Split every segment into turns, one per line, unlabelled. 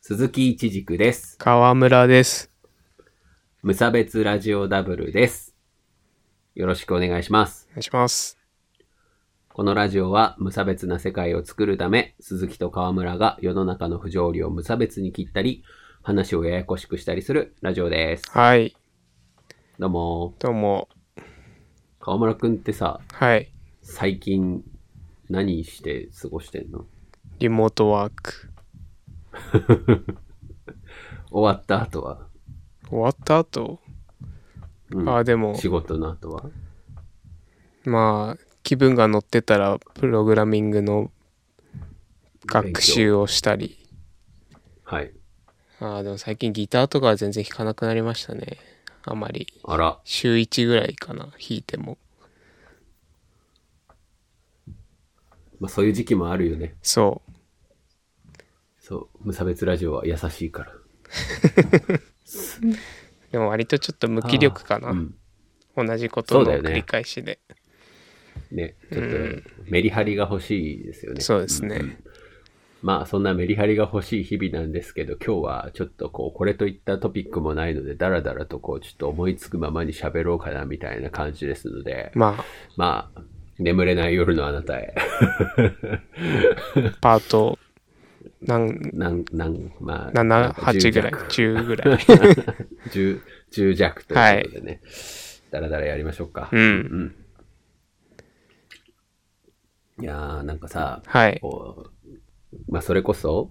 鈴木一軸です。
川村です。
無差別ラジオダブルです。よろしくお願いします
お。願いします。
このラジオは無差別な世界を作るため、鈴木と河村が世の中の不条理を無差別に切ったり、話をややこしくしたりするラジオです。
はい。
どうも
どうも。
ー、河村くんってさ、
はい。
最近何して過ごしてんの
リモートワーク。
終わった後は、
終わった後、
うん
ああ、でも
仕、事の後は
まあ、気分が乗ってたら、プログラミングの学習をしたり。
はい。
ああ、でも最近ギターとかは全然弾かなくなりましたね。あまり。
あら、
週1ぐらいかな、弾いても。
まあ、そういう時期もあるよね。
そう。
そう、無差別ラジオは優しいから。
でも割とちょっと無気力かな。
うん。
同じこと
そう
の
だよね
繰り返しで。
ね、ちょっとメリハリが欲しいですよね。
そうですね。
まあそんなメリハリが欲しい日々なんですけど、今日はちょっとこう、これといったトピックもないので、だらだらとこう、ちょっと思いつくままに喋ろうかなみたいな感じですので、
ま
まあ、眠れない夜のあなたへ。
あ、パート、なん、
なん、なん、まあ、
7、8ぐらい、10 ぐらい。
10、10弱ということでね、だらだらやりましょうか。
うん。
いやー、なんかさ、
はい。
こう、まあ、それこそ、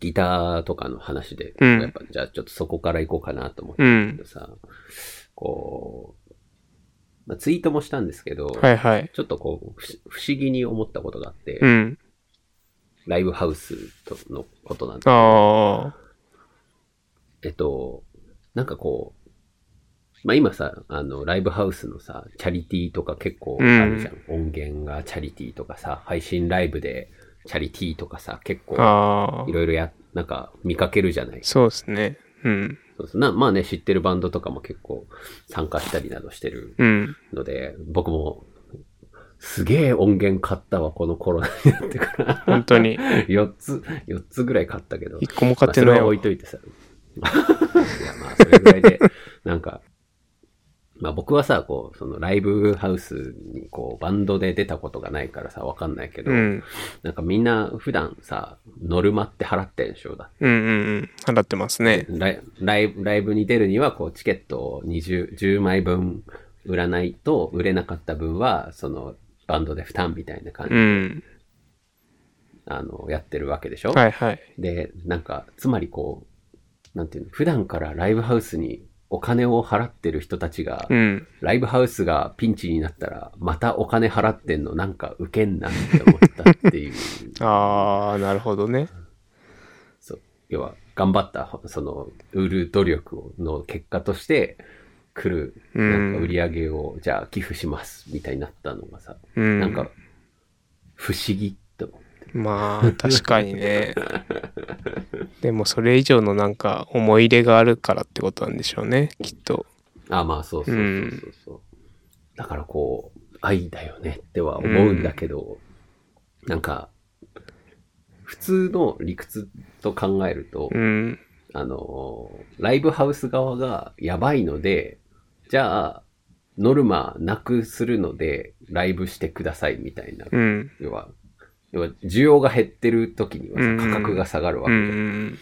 ギターとかの話で、
うん
やっぱ、じゃあちょっとそこから行こうかなと思って
う
る
ん
け。どさ、こう、まあ、ツイートもしたんですけど、
はいはい。
ちょっとこう、ふ不思議に思ったことがあって、
うん。
ライブハウスとのことなんだ
ああ。
えっと、なんかこう、まあ、今さ、あの、ライブハウスのさ、チャリティーとか結構あるじゃん。音源がチャリティーとかさ、配信ライブでチャリティーとかさ、結構
ああ
い。ろいろや、なんか見かけるじゃない
そうですね。うん。
そうそうなまあね、知ってるバンドとかも結構参加したりなどしてる
うん。
ので、僕も、すげえ音源買ったわ、このコロナになってから。
本 当に。
4つ、4つぐらい買ったけど。
一個も買ってない
まあそれは
わ
置いといてさ。 いや、まあ、それぐらいで、なんか、まあ僕はさ、こう、そのライブハウスにこう、バンドで出たことがないからさ、わかんないけど、
うん。
なんかみんな普段さ、ノルマって払ってるでしょだ
うんうんうん。払ってますね。
ライライブライブに出るには、こう、チケットを20、10枚分売らないと、売れなかった分は、その、バンドで負担みたいな感じ、
うん。
あの、やってるわけでしょ
はいはい。
で、なんか、つまりこう、なんていうの、普段からライブハウスにお金を払ってる人たちが、
うん。
ライブハウスがピンチになったら、またお金払ってんの、なんかウケんなって思ったっていう、
ああ、なるほどね。
そう、要は、頑張った、その、売る努力をの結果として、来る、
うん
なんか売り上げを、じゃあ寄付します、みたいになったのがさ、
うん。
なんか、不思議と思って。
まあ、確か にね。でも、それ以上のなんか、思い入れがあるからってことなんでしょうね。きっと。
あまあそうそうそうそうそう、だからこう愛だよねっては思うんだけど、なんか普通の理屈と考えると、
うん。
あのーライブハウス側がやばいのでじゃあノルマなくするのでライブしてくださいみたいな、
うん。
要は要は需要が減ってる時には
うん
さ価格が下がるわ
う
けじゃん
ん。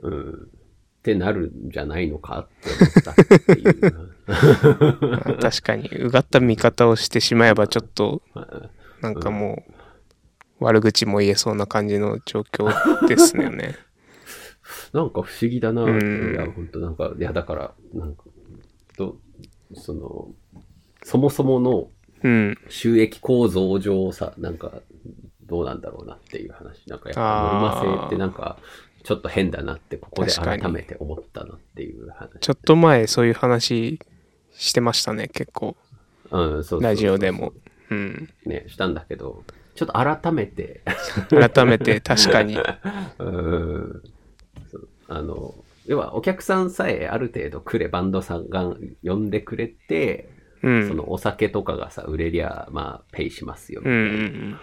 うんってなるんじゃないのかって思ったって いう。
まあ確かに、うがった見方をしてしまえば、ちょっ と、なんかもう、悪口も言えそうな感じの状況です よね。
なんか不思議だな、
うん
いや、本当なんか、いや、だから、なんか、と、その、そもそもの
うん。
収益構造上さ、なんか、どうなんだろうなっていう話。なんか、やっぱ
あー、
ノルマ性ってなんか、ちょっと変だなって、ここで
確か
改
に
めて思ったなっていう話。
ちょっと前、そういう話してましたね、結構。
うん、そうそう
ラジオでも。うん。
ね、したんだけど、ちょっと改め て、
改めて、確 かに。
うんそうあの、要はお客さんさえある程度来れ、バンドさんが呼んでくれて、
う
そ
ん。
のお酒とかがさ、売れりゃ、まあ、ペイしますよ、み
う
たい
ん。
な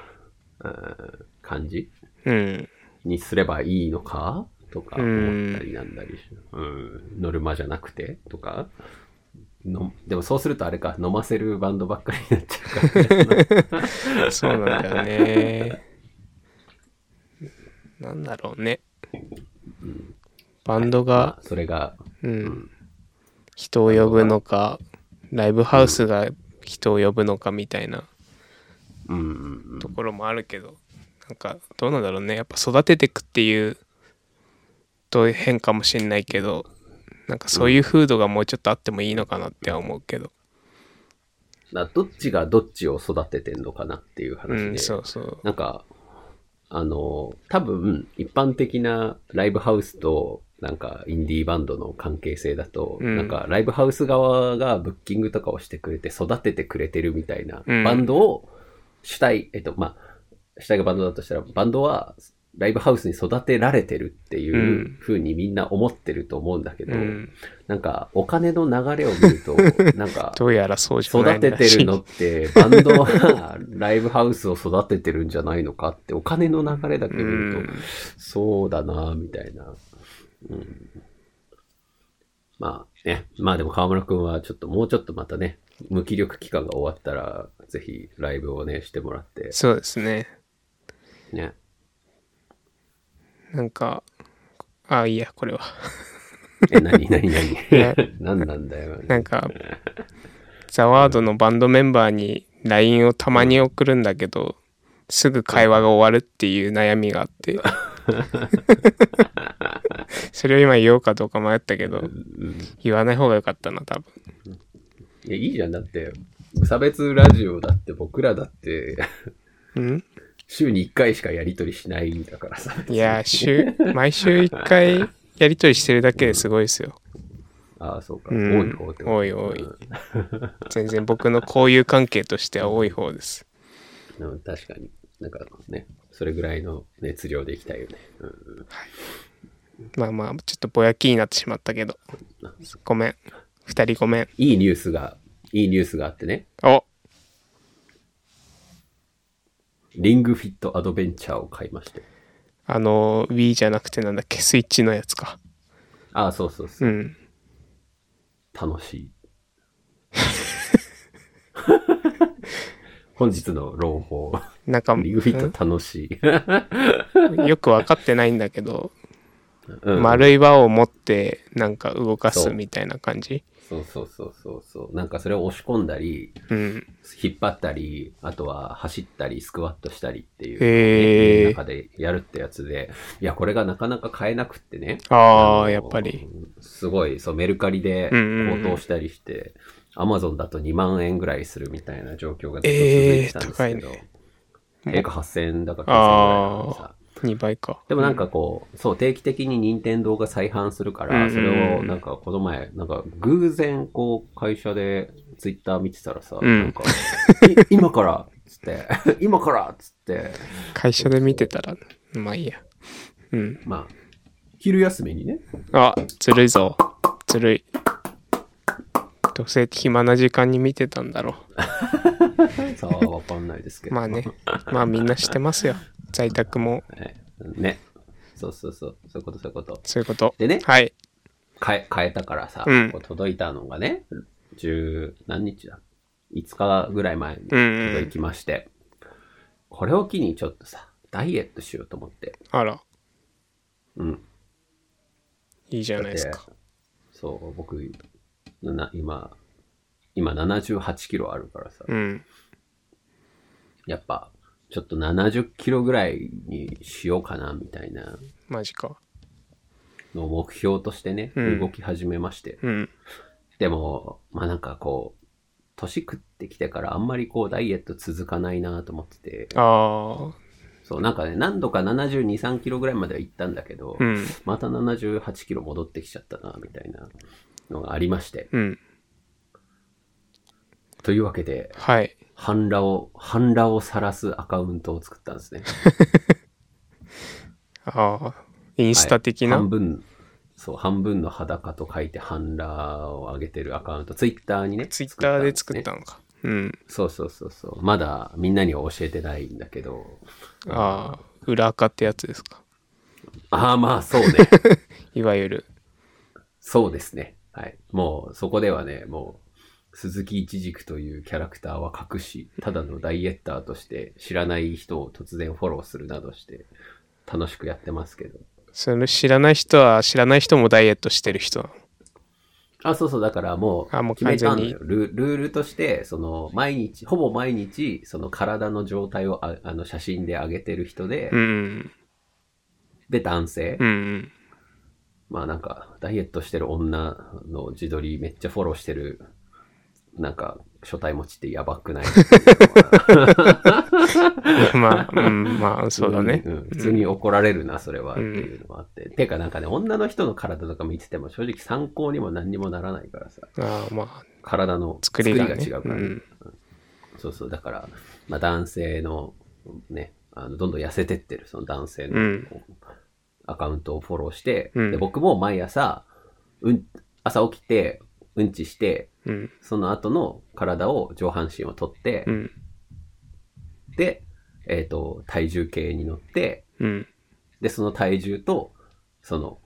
うん感じ
うん。
にすればいいのかとか思ったりなんだりし、うん、ノルマじゃなくてとか。のでもそうするとあれか、飲ませるバンドばっかりになっちゃうから、ね。
そうなんだよね。なんだろうね。バンド
ま
が
あ、それが、
うん、人を呼ぶのか、ライブハウスが人を呼ぶのかみたいな
うんうん
ところもあるけど、なんかどうなんだろうね。やっぱ育ててくっていうと変かもしんないけど、なんかそういう風土がもうちょっとあってもいいのかなっては思うけど。
うん。だどっちがどっちを育ててんのかなっていう
う
話
ん、
で、
そうそう。
なんか、あの、多分、一般的なライブハウスと、なんか、インディーバンドの関係性だと、
うん
なんか、ライブハウス側がブッキングとかをしてくれて、育ててくれてるみたいな、
うん
バンドを主体、えっと、まあ、主体がバンドだとしたら、バンドは、ライブハウスに育てられてるっていううん風にみんな思ってると思うんだけど、
うん
なんか、お金の流れを見ると、なん か、
どうやらそうじゃない
育て
ら
て
しい
るのって、バンドはライブハウスを育ててるんじゃないのかって、お金の流れだけ見
う
ると
ん、
そうだなみたいな。うんまあね、まあでも河村くんはちょっともうちょっとまたね、無気力期間が終わったら、ぜひライブをね、してもらって、
そうですね。
ね。
なんか、あ、いいや、これは。
え、なになになに
ね
何なんだよ。
なんか、ザワードのバンドメンバーに LINE をたまに送るんだけど、すぐ会話が終わるっていう悩みがあって。それを今言おうかどうか迷ったけど、言わない方がよかったな、多分。
いや、いいじゃん。だって、無差別ラジオだって僕らだって、
うん
週に1回しかやりとりしないんだからさ。
いや、週、毎週一回やりとりしてるだけですごいですよ。
ああ、そうか。
うん
多い方ってこと
多い多い
うん
全然僕の交友関係としては多い方です。
うん、確かに。なんかね、それぐらいの熱量でいきたいよね。うんうん、
まあまあ、ちょっとぼやきになってしまったけど。ごめん。二人ごめん。
いいニュースが、いいニュースがあってね、
お
リングフィットアドベンチャーを買いまして。
あの、Wii じゃなくてなんだっけ、スイッチのやつか。
ああ、そうそうそうう。
ん。
楽し い。本日の朗 報。
なんか、
リングフィット楽しい。
よく分かってないんだけど、
うん、
丸い輪を持って、なんか動かすみたいな感じ。
そうそうそうそうそう。なんかそれを押し込んだり、
うん。
引っ張ったり、あとは走ったり、スクワットしたりっていう、
へー
中でやるってやつで、いや、これがなかなか買えなくってね。
あ
の
あ、やっぱり。。
すごい、そう、メルカリで
うんうんう
高
ん
騰したりして、アマゾンだと2万円ぐらいするみたいな状況がずっと続い
え
て
え
たんです
高
け
い
ど、
ね。
定価8000円だから9000円ぐらいなのにさ
あ。あ、2倍か。
でもなんかこう、そう、定期的に任天堂が再販するか
うんうんう
ら、
ん
それをなんかこの前、なんか偶然こう、会社でツイッター見てたらさ、
ん
なんか、い今からっつって、 今からっつって、
会社で見てたら、まあいいや。うん。
まあ、昼休みにね、
あ、ずるいぞ。ずるい。どうせ暇な時間に見てたんだろ
さあ、わかんないですけ
う。
ど。
まあね。まあみんなしてますよ。在宅も、
ねね。そうそうそう、そういうことそういうこと。
そういうこと。
でね
はい。
変え、変えたからさ、
うん
こう届いたのがね、十何日だ ?5 日ぐらい前に
うんうん
届きまして、これを機にちょっとさ、ダイエットしようと思って。
あら、
うん。
いいじゃない
で
ですか。
そう、僕、な今、今78キロあるからさ、
うん。
やっぱ、ちょっと70キロぐらいにしようかな、みたいな
マジか。
のを目標としてね、
うん
動き始めまして。
うん。
でも、まあなんかこう、年食ってきてからあんまりこうダイエット続かないなと思ってて、
ああ、
そうなんかね、何度か72、3キロぐらいまでは行ったんだけど、
うん。
また78キロ戻ってきちゃったな、みたいなのがありまして。
うん。
というわけで、
はい。
半裸を、半裸を晒すアカウントを作ったんですね。
ああ、インスタ的な、
半分、そう、半分の裸と書いて半裸を上げてるアカウント、ツイッターにね。
ツイッターで作
ね
ったのか。うん。
そうそうそうそう。まだみんなには教えてないんだけど、
ああ、裏垢ってやつですか。
ああ、まあそうね。
いわゆる。
そうですね。はい。もうそこではね、もう鈴木一軸というキャラクターは隠し、ただのダイエッターとして知らない人を突然フォローするなどして楽しくやってますけど。
その知らない人は知らない人もダイエットしてる人なの
あ、そうそう、だからも
あも
う
う
決めたんだ
完
よ。ルルールとして、その毎日、ほぼ毎日、その体の状態をああの写真で上げてる人で、
うん。
で男性、
うん。
まあなんか、ダイエットしてる女の自撮りめっちゃフォローしてる、なんか、書体持ちってやばくない
まあ、うん、 まあ、そうだね。
ん普通に怒られるな、それはっていうのもあって。てかなんかね、女の人の体とか見てても正直参考にも何にもならないからさ、
ああ、まあ、
体の
作りが,、ね、
違うから、
うん。
そうそう、だから、まあ男性の、ね、あのどんどん痩せてってる、その男性
う
の
ん
こうアカウントをフォローして、
うん
で僕も毎朝、うん、朝起きて、うんちして、
うん。
その後の体を、上半身を取って、
うん。
で、えっ、と、体重計に乗って、
うん。
で、その体重と、その、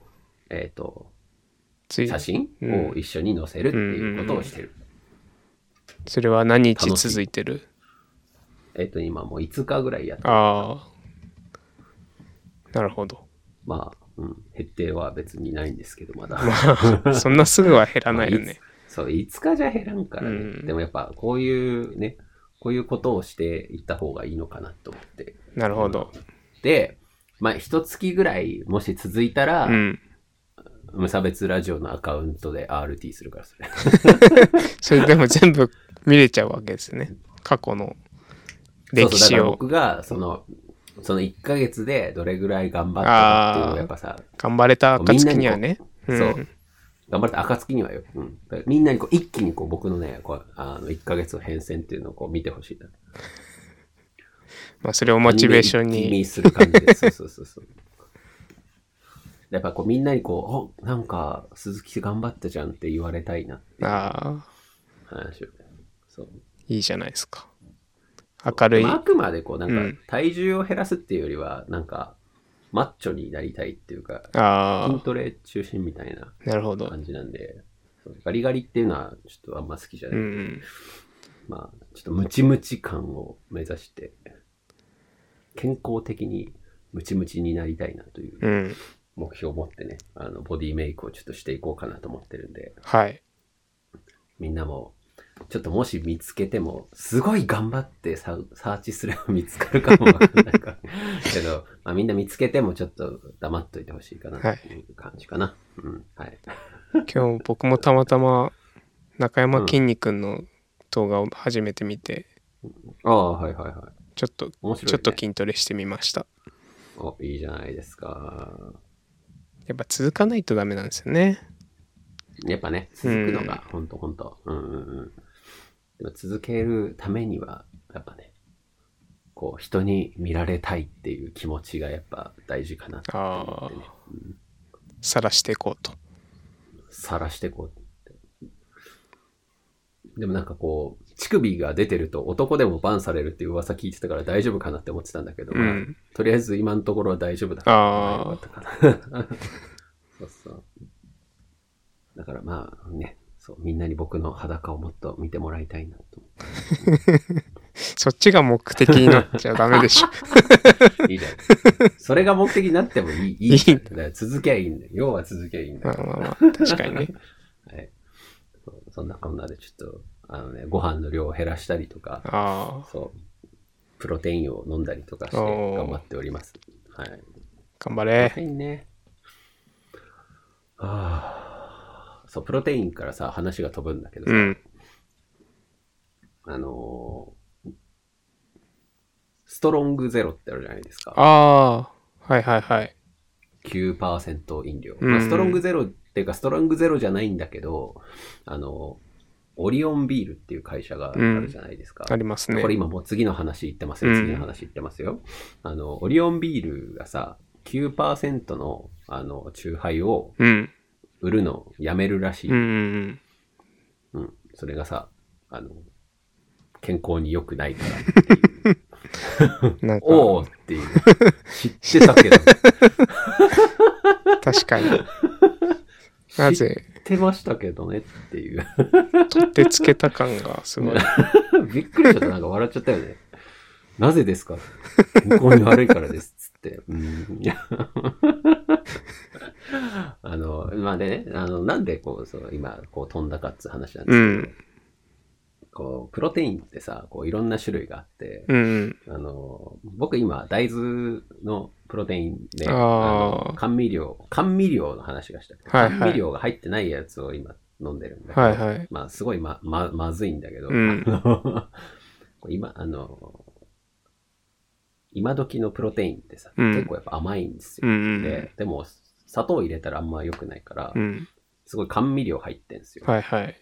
えっ、と、
つい
写真を一緒に載せるっていうことをしてる。
それは何日
楽しい
続いてる
えっ、と、今もう5日ぐらいやって、
ああ。なるほど。
まあ、うん、減っては別にないんですけど、まだ。
そんなすぐは減らないよ
まあ
ね。。
つそう、5日じゃ減らんからね。
うん
でもやっぱ、こういうね、こういうことをしていった方がいいのかなと思って。
なるほど。
で、まあ、一月ぐらい、もし続いたら、
うん。
無差別ラジオのアカウントで RT するから、そ れ。
それでも全部見れちゃうわけですね。過去の
そうそう
歴
だか
史
ら
を。
僕が、その、その1ヶ月でどれぐらい頑張ったかっていうの
あー
をやっぱさ、
頑張れた暁にはね。
みん
う
なにこうそ
ん
う。頑張った暁にはよ。うん。だからみんなにこう、一気にこう、僕のね、こう、あの、1ヶ月の変遷っていうのをこう見てほしいな。
まあ、それをモチベーション
アニメ一気
に。
見する感じで。 そうそうそうそう。やっぱこうみんなにこう、おなんか鈴木頑張ったじゃんって言われたいなっていう
ああ、
話を。そう。
いいじゃないですか。明るい
まあ、。あくまでこうな
うんん
か体重を減らすっていうよりは、なんかマッチョになりたいっていうか、筋
あ
トレ中心みたいな
あ、なるほど。
感じなんで、そうガリガリっていうのはちょっとあんま好きじゃ
う
ない。
ん。
まあ、ちょっとムチムチ感を目指して、健康的にムチムチになりたいなという。
うん。
目標を持ってね、あの、ボディメイクをちょっとしていこうかなと思ってるんで、
はい。
みんなも、ちょっともし見つけても、すごい頑張ってササーチすれば見つかるかもわかんない から。けど、まあ、みんな見つけてもちょっと黙っといてほしいかな
はい
っていう感じかな。うん、はい。
今日僕もたまたま中山きんに君の動画を初めて見て、
ああ、はいはいはい。
ちょっと、
面白い、ね。
ちょっと筋トレしてみました。
お、いいじゃないですか。
やっぱ続かないとダメなんですよね。
やっぱね、続くのが、ほんとほんと。うんうんうん。でも続けるためには、やっぱね、こう、人に見られたいっていう気持ちがやっぱ大事かなって思
あ
ってね
あ、晒していこうと。
晒してこうって。でもなんかこう、乳首が出てると男でもバンされるっていう噂聞いてたから大丈夫かなって思ってたんだけど、まあ
うん
とりあえず今のところは大丈夫だから
ああ
よ、かったかな。 そうそう。だからまあね、そう、みんなに僕の裸をもっと見てもらいたいなと。
そっちが目的になっちゃダメで しょ。
いいじゃん。 それが目的になってもいい。いいじゃんだから続けばいいんだよ。要は続けばいいんだ
まあ
よ。
まあまあ、確かに ね。
はい。そうそんなこんなでちょっと、あのね、ご飯の量を減らしたりとか、
ああ、
そう、プロテインを飲んだりとかして
おー
頑張っております。はい。
頑
プ
張
ロ
れ。
テインね。ああ。そう、プロテインからさ、話が飛ぶんだけどさ、
うん。
あのーストロングゼロってあるじゃないですか。
ああ、はいはいはい。
9%飲料。
うん
まあ、ストロングゼロっていうか、ストロングゼロじゃないんだけど、あの、オリオンビールっていう会社があるじゃないですか。
ありますね
こ。れ今もう次の話言ってますよ。
うん
次の話言ってますよ。あの、オリオンビールがさ、9%の、あの、チューハイを
うん。
売るのやめるらしい。
うんう
う
ん
ん。それがさ、あの、健康に良くない から。
うん。なんか、
おおっていう。知ってたけど。
確かに。 なぜ、
知ってましたけどねっていう。
取ってつけた感がす ごい。
びっくりしちゃった。なんか笑っちゃったよね。なぜですか健康に悪いからです。つって。うん、いや あの、まあね、あの、なんでこう、そう今、こう飛んだかっていう話なんですけ
う
ど、
ん。
こう、プロテインってさ、こう、いろんな種類があって、
うん。
あの、僕今、大豆のプロテインで、
あー
の甘味料、甘味料の話がしたくて、
はいはい
甘味料が入ってないやつを今飲んでるんだけど、
はいはい。
まあ、すごいま、ま、まずいんだけど、
うん
あの 今、あの、今時のプロテインってさ、
うん
結構やっぱ甘いんです
う
よ。
んうん
で、でも、砂糖入れたらあんま良くないから、
うん。うん。
すごい甘味料入ってんすよ。
はいはい。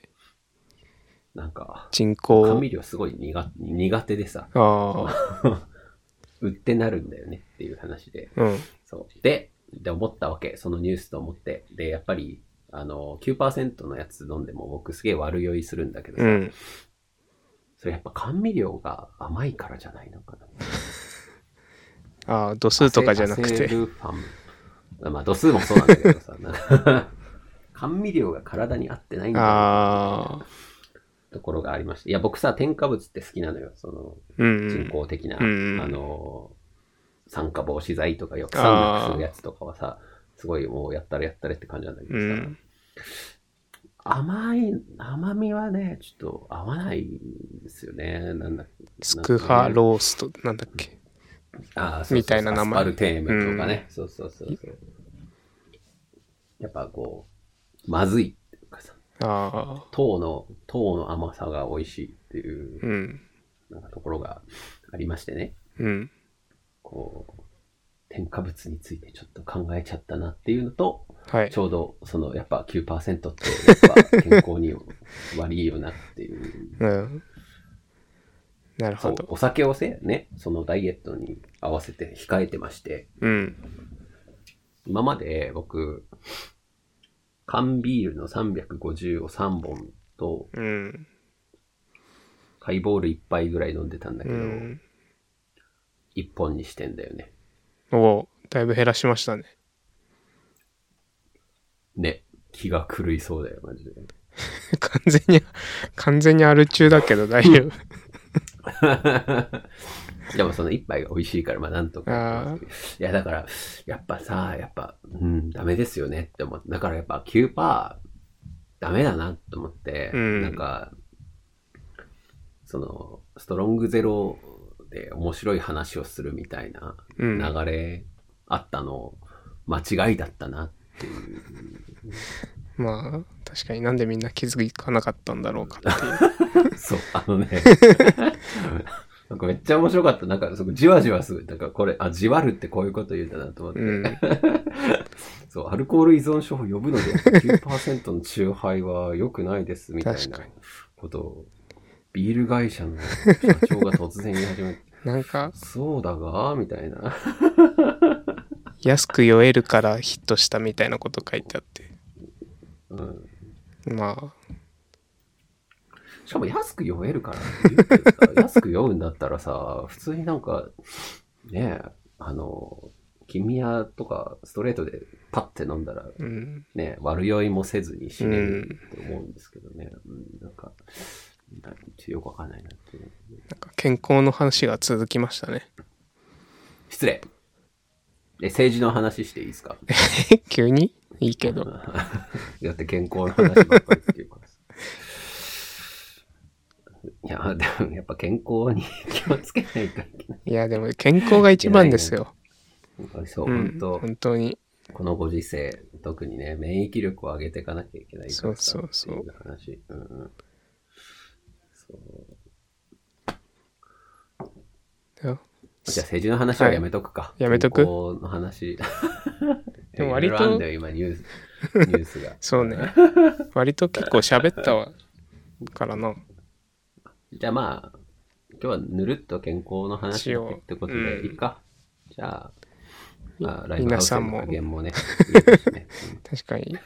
なんか、
人
甘
口。
味料すごい苦苦手でさ、
あ
売ってなるんだよねっていう話で。
あ。うん。
そう。で、で思ったわけ。そのニュースと思って。で、やっぱり、あの、9%のやつ飲んでも僕すげえ悪酔いするんだけどさ、
うん。
それやっぱ甘味料が甘いからじゃないのかな。
ああ、度数とかじゃなく
アセ
て。
ルファムまあ、度数もそうなんだけどさ、なんか甘味料が体に合ってないんだよ
ああ。
ところがありまして。いや、僕さ、添加物って好きなのよ。そ
うん
の、
う
人
ん。
工的な、
うん
あの、酸化防止剤とかよく酸なくするやつとかはさ、すごいもうやったらやったれって感じなんだけど
う
さ、
ん。
甘い、甘みはね、ちょっと合わないんですよね。なんだ
スクハロースト、なんだっけ。
あーそうそう
みたいな名前
アスパルテームとかね。そうそうそうそう。やっぱこう、まずいっていうかさ、
ああ。
糖の、糖の甘さが美味しいっていう、
うん。
なんかところがありましてね。
うん。
こう、添加物についてちょっと考えちゃったなっていうのと、
はい
ち。ょうどそのやっぱ9%ってやっぱ健康に悪いよなっていう。
うん。なる
そ
ほ
う
ど。
お酒をせ、ね、そのダイエットに合わせて控えてまして、
うん。
今まで僕、缶ビールの350を3本と、
うん。
ハイボール1杯ぐらい飲んでたんだけ
う
ど、
ん。
1本にしてんだよね。
おお、だいぶ減らしましたね。
ね、気が狂いそうだよ、マジで。
完全に、完全にアル中だけど大丈夫。
でもその1杯が美味しいから、まあなんと
あ
か
ー。
いや、だから、やっぱさ、やっぱ、うん、ダメですよねって思って、だからやっぱ9%、ダメだなと思って、
うん
なんか、その、ストロングゼロで面白い話をするみたいな
うん
流れあったの、間違いだった なっていう。
まあ、確かになんでみんな気づかなかったんだろうかっていう。
そう、あの ね。なんかめっちゃ面白かった。なんか、そこじわじわする。なんかこれ、あ、じわるってこういうこと言うんだなと思って。
うん。
そう、アルコール依存症を呼ぶので、9%の酎ハイは良くないです、みたいな
確か
ことを、ビール会社の社長が突然言い始めて、
なんか、
そうだが、みたいな。
安く酔えるからヒットしたみたいなこと書いてあって。
うん。
まあ、
しかも安く酔えるからって言うけどさ安く酔うんだったらさ、普通になんか、ねえ、あの、君やとかストレートでパッて飲んだら、
うん。
ね、悪酔いもせずに死ねるって思うんですけどね。うん、なんか、なんかよくわかんないなっていう。
なんか健康の話が続きましたね。
失礼。え、政治の話していいですか
急にいいけど。
だって健康の話ばっかりっていうからさ。いや、でもやっぱ健康に 気をつけないといけない
いや、でも健康が一番ですよ。。
本当にそう、
うん。
本当、
本当に。
このご時世、特にね、免疫力を上げていかなきゃいけないからさ
そうそうそ
っ
う
てい話。うんうん。そう
いや
じゃあ政治の話はやめとくか。
いやめとく
健康の話。
でも割と。
いろいろあんだよ、今ニュース、ニュースが
そ うね。割と結構喋ったわ。からな。
じゃあまあ、今日はぬるっと健康の話
しよう
ってこと
うん
でいいか。じゃあ、まあ、ライブハ
皆
ウス
さ
へ
ん
の
も
加減もね、いいですね
確か に。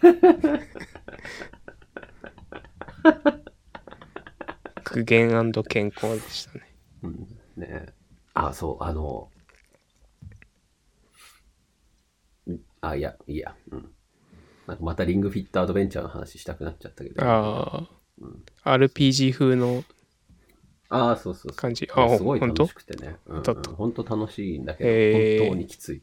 苦言健康でしたね。
うんねえあ、そう、あの、あ、いや、いいや。うん。なんかまたリングフィットアドベンチャーの話したくなっちゃったけど。あ
ああ、RPG 風の
あー、そうそうそう。
感じ。あ、
すごい
本
楽
当
しくてね。うんうん
当だった
本当楽しいんだ
へ
け
ー
ど、本当にきつい。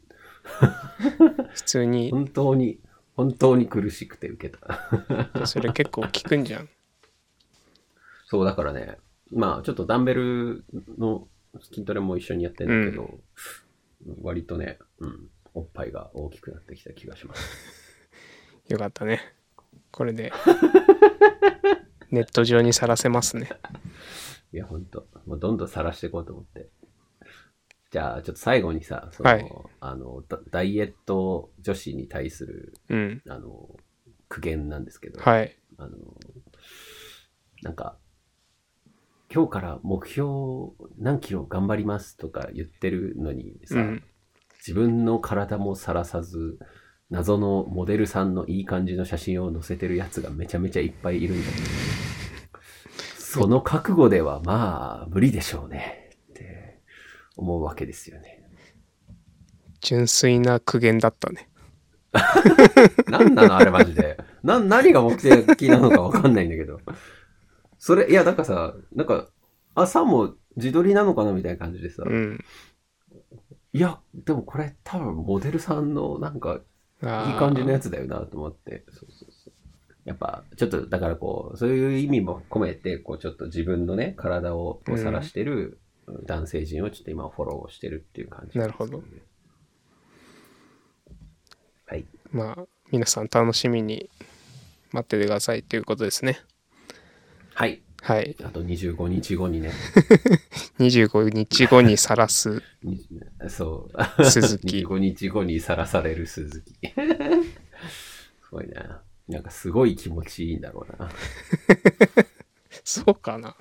普通に、
本当に、本当に苦しくて受けた。
それ結構効くんじゃん。
そう、だからね、まあ、ちょっとダンベルの筋トレも一緒にやってるんだけど、割とね、うん、おっぱいが大きくなってきた気がします。
よかったね。こ れで。ネット上にさらせますね。
いや、ほんと、もうどんどん晒していこうと思って。じゃあ、ちょっと最後にさ、その、
はい
あの、ダダイエット女子に対する、
うん。
あの、苦言なんですけど、
はい。
あの、なんか、今日から目標何キロ頑張りますとか言ってるのにさ、
うん。
自分の体もさらさず、謎のモデルさんのいい感じの写真を載せてるやつがめちゃめちゃいっぱいいるんだけど、その覚悟ではまあ無理でしょうねって思うわけですよね。
純粋な苦言だったね。
なんなのあれマジで。な、何が目的なのかわかんないんだけど。それ、いや、なんかさ、なんか、朝も自撮りなのかなみたいな感じでさ、
うん。
いや、でもこれ多分モデルさんのなんか
あー
いい感じのやつだよなと思って。そうそうそうやっぱ、ちょっと、だからこう、そういう意味も込めて、こう、ちょっと自分のね、体をこう晒してる男性陣をちょっと今フォローしてるっていう感じ、
なるほど。
はい。
まあ、皆さん楽しみに待っててくださいということですね。
はい。
はい。
あと25日後にね、
25日後にさらす。
にそう。
鈴木
25日後にさらされる鈴木。すごいな。なんかすごい気持ちいいんだろうな。
そうかな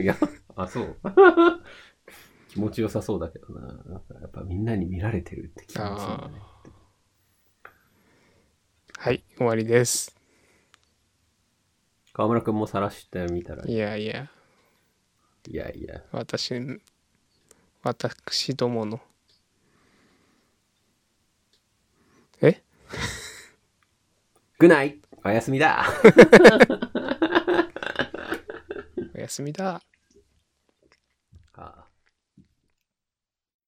い
や、あ、そう。 気持ちよさそうだけどな。なんかやっぱみんなに見られてるって気持ちいいんだね。
はい、終わりです。
河村くんも晒してみたら、
いやいや、
いやいや、
私、私どもの。え
グナ イおやすみだ
おやすみだ。